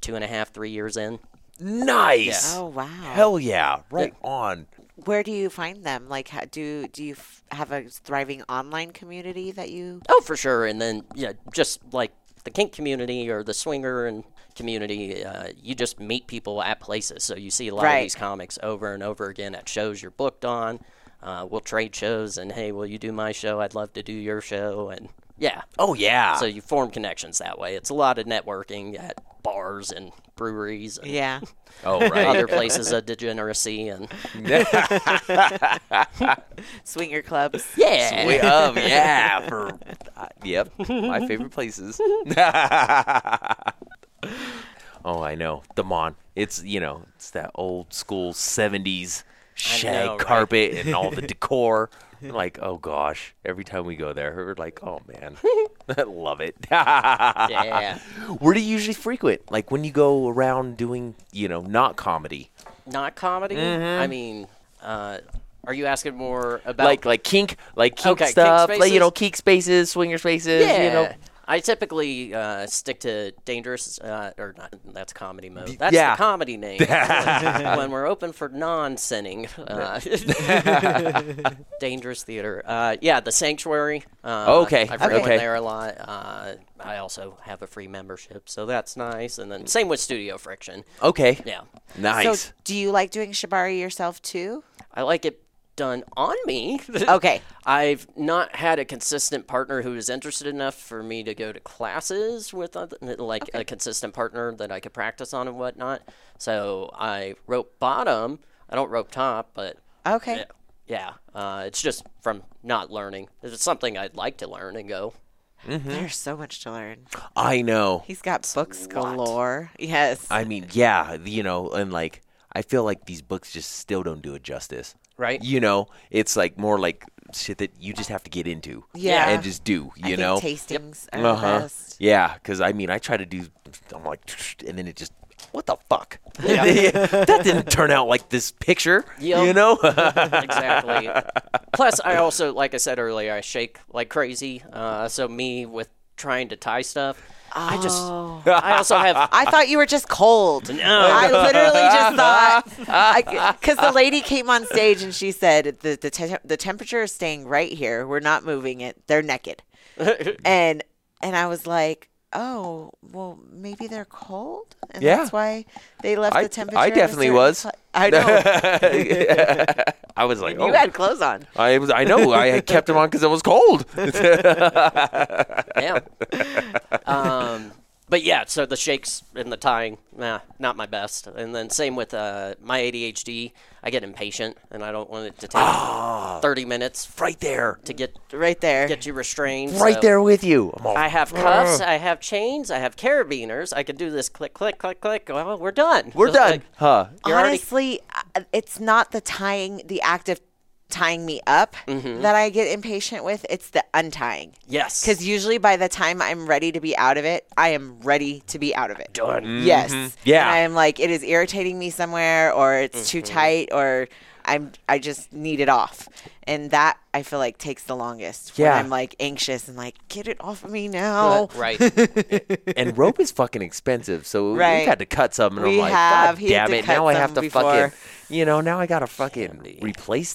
S4: two and a half, three years in.
S3: Nice.
S2: Oh, wow.
S3: Hell yeah. Right on.
S2: where do you find them? Like, how, do do you f- have a thriving online community that you?
S4: Oh, for sure. And then, yeah, just like the kink community or the swinger and community, uh, you just meet people at places. So you see a lot of
S2: Right.
S4: these comics over and over again at shows you're booked on. Uh, we'll trade shows and, hey, will you do my show? I'd love to do your show. And yeah.
S3: Oh yeah.
S4: So you form connections that way. It's a lot of networking at bars and breweries and
S2: Yeah.
S3: oh right.
S4: other places of degeneracy. And
S2: Swinger clubs.
S4: yeah.
S3: Way up, yeah. For uh, yep, my favorite places. oh, I know the Mon. It's you know it's that old school '70s shag
S4: know, right?
S3: carpet and all the decor. We're like, oh gosh, every time we go there, we're like, oh man, I love it.
S4: Yeah.
S3: Where do you usually frequent? Like when you go around doing, you know, not comedy,
S4: Not comedy? I mean, uh, are you asking more about
S3: like like kink, like kink
S4: Okay, kink
S3: stuff, like you
S4: spaces.
S3: know, kink spaces, swinger spaces,
S4: Yeah.
S3: you know.
S4: I typically uh, stick to dangerous, uh, or not, that's comedy mode. That's
S3: yeah.
S4: the comedy name. When- when we're open for non sinning, uh, dangerous theater. Uh, yeah, the sanctuary. Uh,
S3: Okay,
S4: I frequent
S3: okay.
S4: there a lot. Uh, I also have a free membership, so that's nice. And
S3: Mm.
S4: then same with Studio Friction.
S3: Okay.
S4: Yeah.
S3: Nice.
S2: So, do you like doing shibari yourself too?
S4: I like it done on me.
S2: Okay.
S4: I've not had a consistent partner who is interested enough for me to go to classes with, other, like a consistent partner that I could practice on and whatnot. So I rope bottom. I don't rope top, but
S2: Okay.
S4: yeah, yeah. Uh, it's just from not learning. It's something I'd like to learn and go.
S2: There's so much to learn.
S3: I know.
S2: He's got books galore. Yes.
S3: I mean, yeah, you know, and like I feel like these books just still don't do it justice.
S4: Right.
S3: You know, it's like more like shit that you just have to get into.
S2: Yeah.
S3: And just do,
S2: I
S3: you
S2: think
S3: know.
S2: tastings are
S3: Uh-huh.
S2: the best.
S3: Yeah, cuz I mean, I try to do I'm like and then it just what the fuck? that didn't turn out like this picture,
S4: Yep.
S3: you know?
S4: exactly. Plus, I also, like I said earlier, I shake like crazy. Uh, so me with trying to tie stuff, I just, I also have
S2: I thought you were just cold. I literally just thought because the lady came on stage and she said the the, te- the temperature is staying right here. We're not moving it. They're naked, and and I was like. Oh well, maybe they're cold, and
S3: Yeah.
S2: that's why they left
S3: I-
S2: the temperature.
S3: I
S2: at a
S3: definitely
S2: certain
S3: was.
S2: pla- I know
S3: I was like,
S2: you
S3: "Oh,
S2: had clothes on.
S3: I was I know. I kept them on cuz it was cold."
S4: Yeah. um, but yeah, so the shakes and the tying, nah, not my best. And then same with uh, my ADHD. I get impatient, and I don't want it to take
S3: Ah.
S4: 30 minutes
S3: right there.
S4: to get
S2: Right there.
S4: get you restrained.
S3: Right
S4: so
S3: there Ah. with you. I'm all
S4: I have cuffs. I have chains. I have carabiners. I can do this click, click, click, click. Well, we're done.
S3: We're
S4: It's like,
S3: done. Huh.
S4: you're already-
S2: honestly I- it's not the tying the act of tying me up
S3: Mm-hmm.
S2: that i get impatient with it's the untying
S4: yes.
S2: because usually by the time i'm ready to be out of it i am ready to be out of it
S4: done.
S2: yes
S3: Mm-hmm. Yeah. Mm-hmm.
S2: and i'm like it is irritating me somewhere or it's too tight or i'm i just need it off and that i feel like takes the longest
S3: Yeah.
S2: when i'm like anxious and like get it off of me now
S4: Mm. Right.
S3: and rope is fucking expensive. So we've
S2: Right.
S3: had to cut some, and I'm
S2: We
S3: like,
S2: have.
S3: God
S2: He had
S3: damn
S2: to
S3: it!
S2: cut
S3: Now I have to
S2: some
S3: fucking,
S2: before.
S3: you know, now I gotta fucking replace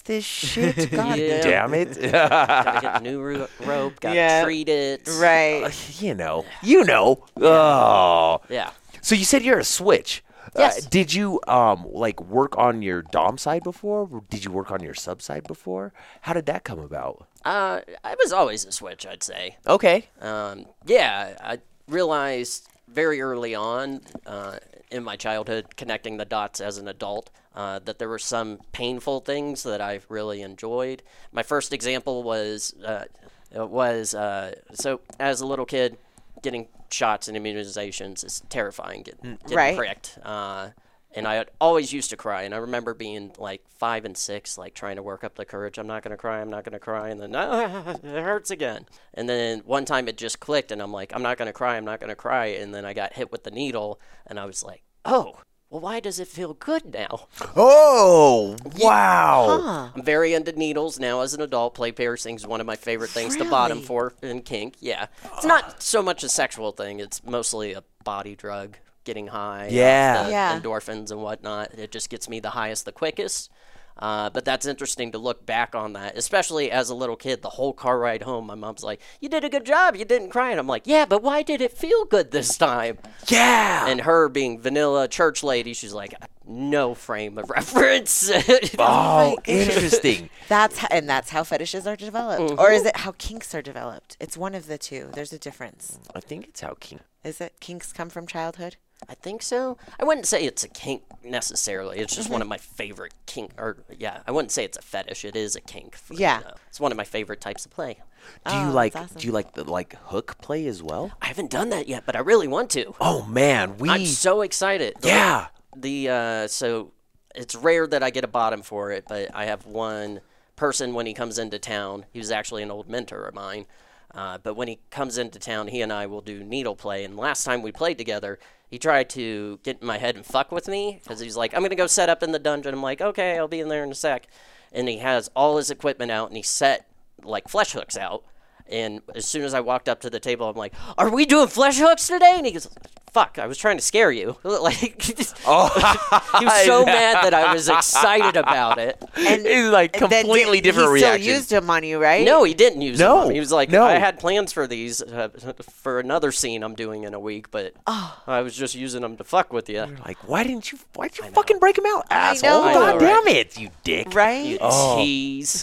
S3: this shit. God
S4: Yeah.
S3: damn it!
S4: gotta get new ro- rope. Gotta
S2: Yeah.
S4: treat it.
S2: right
S3: you know, you know. Oh,
S4: Yeah.
S3: So you said you're a switch.
S4: Yes.
S3: Uh, did you um like work on your dom side before? Did you work on your sub side before? How did that come about?
S4: Uh, I was always a switch. I'd say.
S3: Okay.
S4: Um, yeah, I realized very early on uh, in my childhood, connecting the dots as an adult, uh, that there were some painful things that I really enjoyed. My first example was uh, it was uh, so as a little kid, getting shots and immunizations is terrifying. Get, getting
S2: Right.
S4: pricked. Uh, and I had always used to cry, and I remember being like five and six, like trying to work up the courage. I'm not gonna cry. I'm not gonna cry, and then "Ah, it hurts again. And then one time it just clicked, and I'm like, I'm not gonna cry. I'm not gonna cry. And then I got hit with the needle, and I was like, oh, well, why does it feel good now?
S3: Oh wow.
S4: I'm very into needles now as an adult. Play piercing's one of my favorite things to bottom for in kink. Yeah, it's not so much a sexual thing. It's mostly a body drug, getting high. off
S3: Yeah.
S4: the
S2: Yeah.
S4: endorphins and whatnot. It just gets me the highest, the quickest. Uh, but that's interesting to look back on that, especially as a little kid. The whole car ride home, my mom's like, "You did a good job. You didn't cry." And I'm like, "Yeah, but why did it feel good this time?"
S3: Yeah.
S4: And her being vanilla church lady, she's like, "No frame of reference."
S3: oh, interesting.
S2: That's how, and that's how fetishes are developed,
S3: Mm-hmm.
S2: or is it how kinks are developed? It's one of the two. There's a difference.
S3: I think it's how King.
S2: Is it kinks come from childhood?
S4: I think so. I wouldn't say it's a kink necessarily. It's just one of my favorite kink, or yeah, I wouldn't say it's a fetish. It is a kink. For,
S2: Yeah.
S4: uh, it's one of my favorite types of play.
S3: Do
S2: Oh,
S3: you
S2: that's
S3: like
S2: awesome.
S3: do you like the like hook play as well?
S4: I haven't done that yet, but I really want to.
S3: Oh man, we
S4: I'm so excited. The-
S3: Yeah.
S4: The uh, so it's rare that I get a bottom for it, but I have one person when he comes into town. He was actually an old mentor of mine. Uh, but when he comes into town, he and I will do needle play. And last time we played together, he tried to get in my head and fuck with me because he's like, "I'm gonna go set up in the dungeon." I'm like, "Okay, I'll be in there in a sec." And he has all his equipment out, and he set like flesh hooks out. And as soon as I walked up to the table, I'm like, "Are we doing flesh hooks today?" And he goes, "Fuck! I was trying to scare you." like,
S3: Oh.
S4: he was so mad that I was excited about it.
S2: And
S3: It's like
S2: and then
S3: completely
S2: did-
S3: different
S2: he
S3: reaction.
S2: Still used them on you, right?
S4: No, he didn't use
S3: No,
S4: them. He was like,
S3: no.
S4: "I had plans for these uh, for another scene I'm doing in a week, but I was just using them to fuck with you."
S3: like why didn't you why'd you fucking break him out, asshole?
S2: know. I
S3: God
S4: know,
S3: damn it, you dick.
S2: right?
S4: You
S3: Oh.
S4: tease.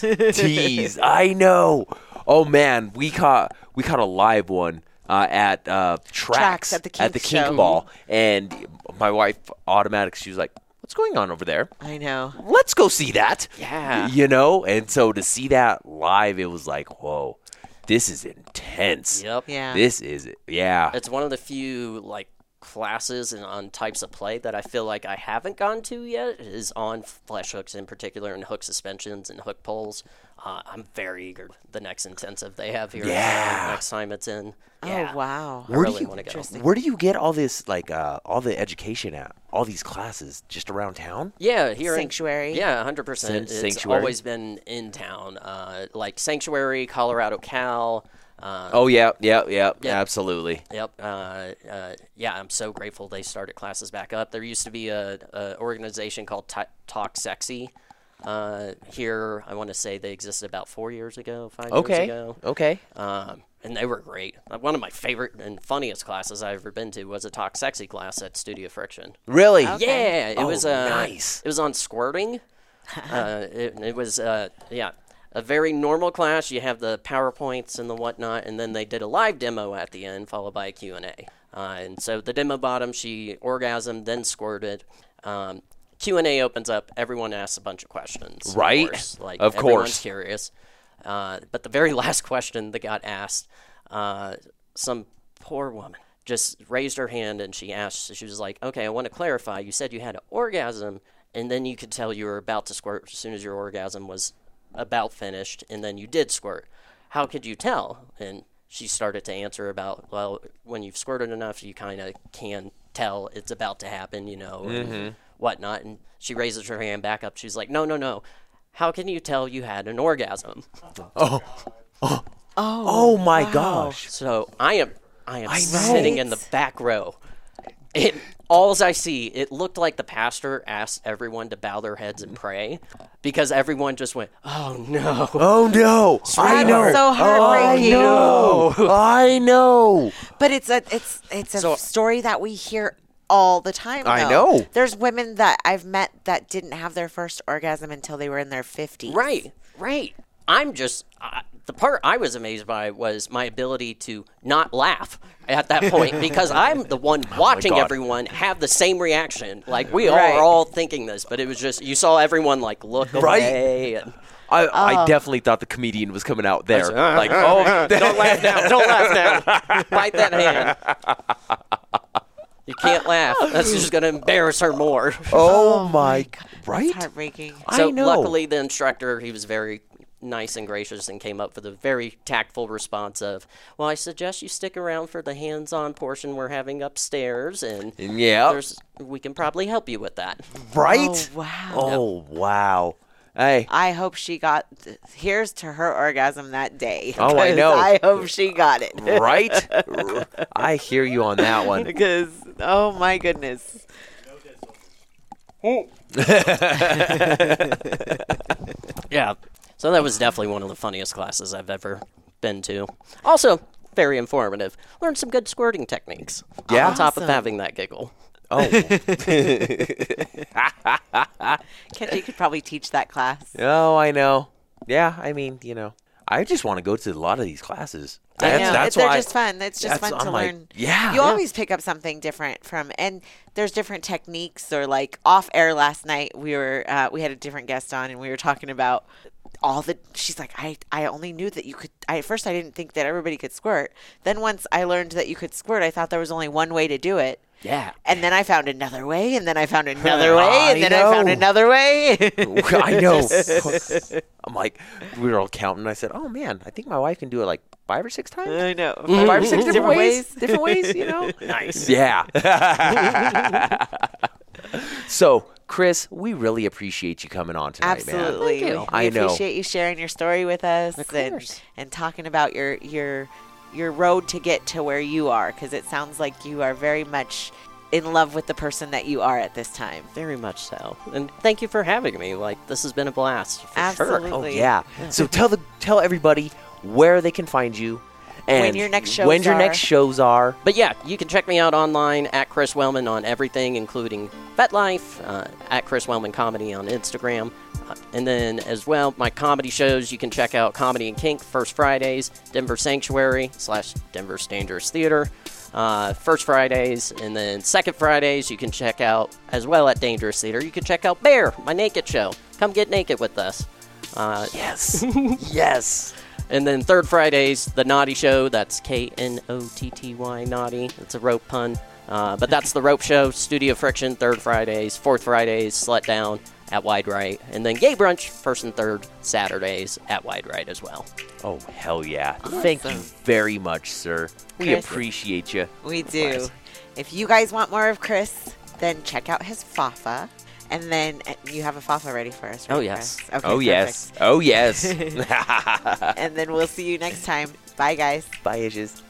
S3: Jeez, I know. Oh man, we caught we caught a live one uh, at uh, tracks,
S2: Trax at the
S3: at the
S2: Kink
S3: kink
S2: show.
S3: ball, and my wife automatic. She was like, "What's going on over there?
S2: I know.
S3: Let's go see that."
S4: Yeah.
S3: you know. And so to see that live, it was like, "Whoa, this is intense."
S4: Yep.
S2: Yeah.
S3: This is yeah.
S4: It's one of the few like classes and on types of play that I feel like I haven't gone to yet is on flesh hooks in particular and hook suspensions and hook poles. Uh, I'm very eager for the next intensive they have here in town,
S3: Yeah.
S4: next time it's in.
S2: Oh wow.
S4: I
S3: where
S4: really
S3: do you
S4: wanna go. Interesting.
S3: where do you get all this like uh, all the education at all these classes just around town?
S4: Yeah, here in-
S2: Sanctuary.
S4: yeah, hundred percent. It's
S3: Sin- Sanctuary.
S4: always been in town, uh, like Sanctuary, Colorado Cal. Uh,
S3: Oh yeah, yeah, yeah,
S4: Yeah.
S3: absolutely.
S4: Yep. Uh, uh, yeah, I'm so grateful they started classes back up. There used to be a, a organization called Ti- Talk Sexy. Uh, here, I want to say they existed about four years ago, five years
S3: Okay,
S4: ago.
S3: okay.
S4: Um, and they were great. Uh, One of my favorite and funniest classes I've ever been to was a Talk Sexy class at Studio Friction.
S3: Really?
S4: Yeah, it
S3: Oh,
S4: was uh,
S3: nice.
S4: It was on squirting. uh, it, it was uh, yeah, a very normal class. You have the powerpoints and the whatnot, and then they did a live demo at the end, followed by a Q and A. Uh, and so the demo bottom, she orgasmed, then squirted. Um, Q and A opens up. Everyone asks a bunch of questions. of
S3: Right.
S4: course. Like
S3: Of
S4: everyone's
S3: course.
S4: curious. Uh, but the very last question that got asked, uh, some poor woman just raised her hand and she asked, she was like, okay, I want to clarify. You said you had an orgasm and then you could tell you were about to squirt as soon as your orgasm was about finished and then you did squirt. How could you tell? And she started to answer about, well, when you've squirted enough, you kind of can tell it's about to happen, you know, and whatnot. And she raises her hand back up. She's like, no, no, no. How can you tell you had an orgasm?
S3: Oh my gosh.
S4: So I am I am sitting in the back row. It alls I see, it looked like the pastor asked everyone to bow their heads and pray because everyone just went, "Oh no."
S3: Oh no. I
S2: That's
S3: know.
S2: so heartbreaking.
S3: I know. I know.
S2: But it's a it's it's a story that we hear all the time.
S3: I
S2: though.
S3: know.
S2: There's women that I've met that didn't have their first orgasm until they were in their 50s.
S4: Right. Right. I'm just I the part I was amazed by was my ability to not laugh at that point because I'm the one watching
S3: God.
S4: everyone have the same reaction. Like we all
S2: Right.
S4: are all thinking this, but it was just you saw everyone like look
S3: Right.
S4: away and
S3: I, I definitely thought the comedian was coming out there.
S4: I was-
S3: Like, oh,
S4: Don't laugh now. Don't laugh now. Bite that hand. You can't laugh. That's just going to embarrass her more.
S3: oh my, right?
S2: Heartbreaking.
S4: So
S3: I know.
S4: luckily, the instructor he was very nice and gracious and came up with a very tactful response of, "Well, I suggest you stick around for the hands-on portion we're having upstairs, and
S3: Yeah.
S4: there's we can probably help you with that."
S3: right?
S2: Oh, wow.
S3: Oh wow. Hey,
S2: I hope she got. th- Here's to her orgasm that day.
S3: Oh, I
S2: 'Cause
S3: know.
S2: I hope she got it.
S3: right? R- I hear you on that one.
S2: Because oh my goodness.
S4: Yeah. So that was definitely one of the funniest classes I've ever been to. Also, very informative. Learned some good squirting techniques.
S5: Yeah.
S4: On top of
S2: Awesome.
S4: having that giggle.
S2: Kenji could probably teach that class.
S3: Oh, I know. Yeah, I mean, you know, I just want to go to a lot of these classes.
S2: I
S3: That's,
S2: know.
S3: that's
S2: They're
S3: why.
S2: just fun. It's just
S3: that's-
S2: fun to
S3: I'm like,
S2: learn.
S3: yeah,
S2: You
S3: yeah.
S2: always pick up something different from, and there's different techniques or like off air last night, we were, uh, we had a different guest on and we were talking about all the, she's like, I, I only knew that you could, I, at first I didn't think that everybody could squirt. Then once I learned that you could squirt, I thought there was only one way to do it.
S5: Yeah.
S2: And then I found another way, and then I found another way, and
S3: I
S2: then I found
S3: know.
S2: another way.
S3: I know. I'm like, we were all counting. I said, oh man, I think my wife can do it like five or six times.
S2: I know.
S3: Five or six Mm-hmm.
S2: Different
S3: different, ways,
S2: ways.
S3: Different ways, you know? nice. Yeah. so, Chris, we really appreciate you coming on tonight, man.
S2: Absolutely. We, we
S3: I know.
S2: appreciate you sharing your story with us and,
S4: course.
S2: and talking about your your your road to get to where you are because it sounds like you are very much in love with the person that you are at this time.
S4: Very much so. And thank you for having me. Like, this has been a blast. For
S2: Absolutely.
S4: Sure.
S3: Oh yeah. So tell the tell everybody where they can find you and
S2: your next
S3: when
S2: shows
S3: your
S2: are.
S3: next shows are.
S4: But yeah, you can check me out online at Chris Wellman on everything, including FetLife, uh, at Chris Wellman Comedy on Instagram. Uh, and then as well, my comedy shows, you can check out Comedy and Kink, First Fridays, Denver Sanctuary slash Denver Dangerous Theater, uh, First Fridays. And then Second Fridays, you can check out as well at Dangerous Theater. You can check out Bear, my naked show. Come get naked with us. Uh,
S3: Yes. yes.
S4: and then third Fridays, the Naughty Show. That's K N O T T Y Naughty. It's a rope pun, uh, but that's the Rope Show. Studio Friction. Third Fridays. Fourth Fridays. Slut Down at Wide Right. And then Gay Brunch. First and third Saturdays at Wide Right as well.
S3: Oh hell yeah. Thank you very much, sir. We
S2: Chris.
S3: appreciate you.
S2: We do. If you guys want more of Chris, then check out his Fafa. And then uh, you have a Fafa ready for us, right?
S4: Oh, yes.
S2: Chris? Okay,
S3: Oh yes. Oh yes.
S2: perfect. and then we'll see you next time. Bye, guys.
S3: Bye, Ishes.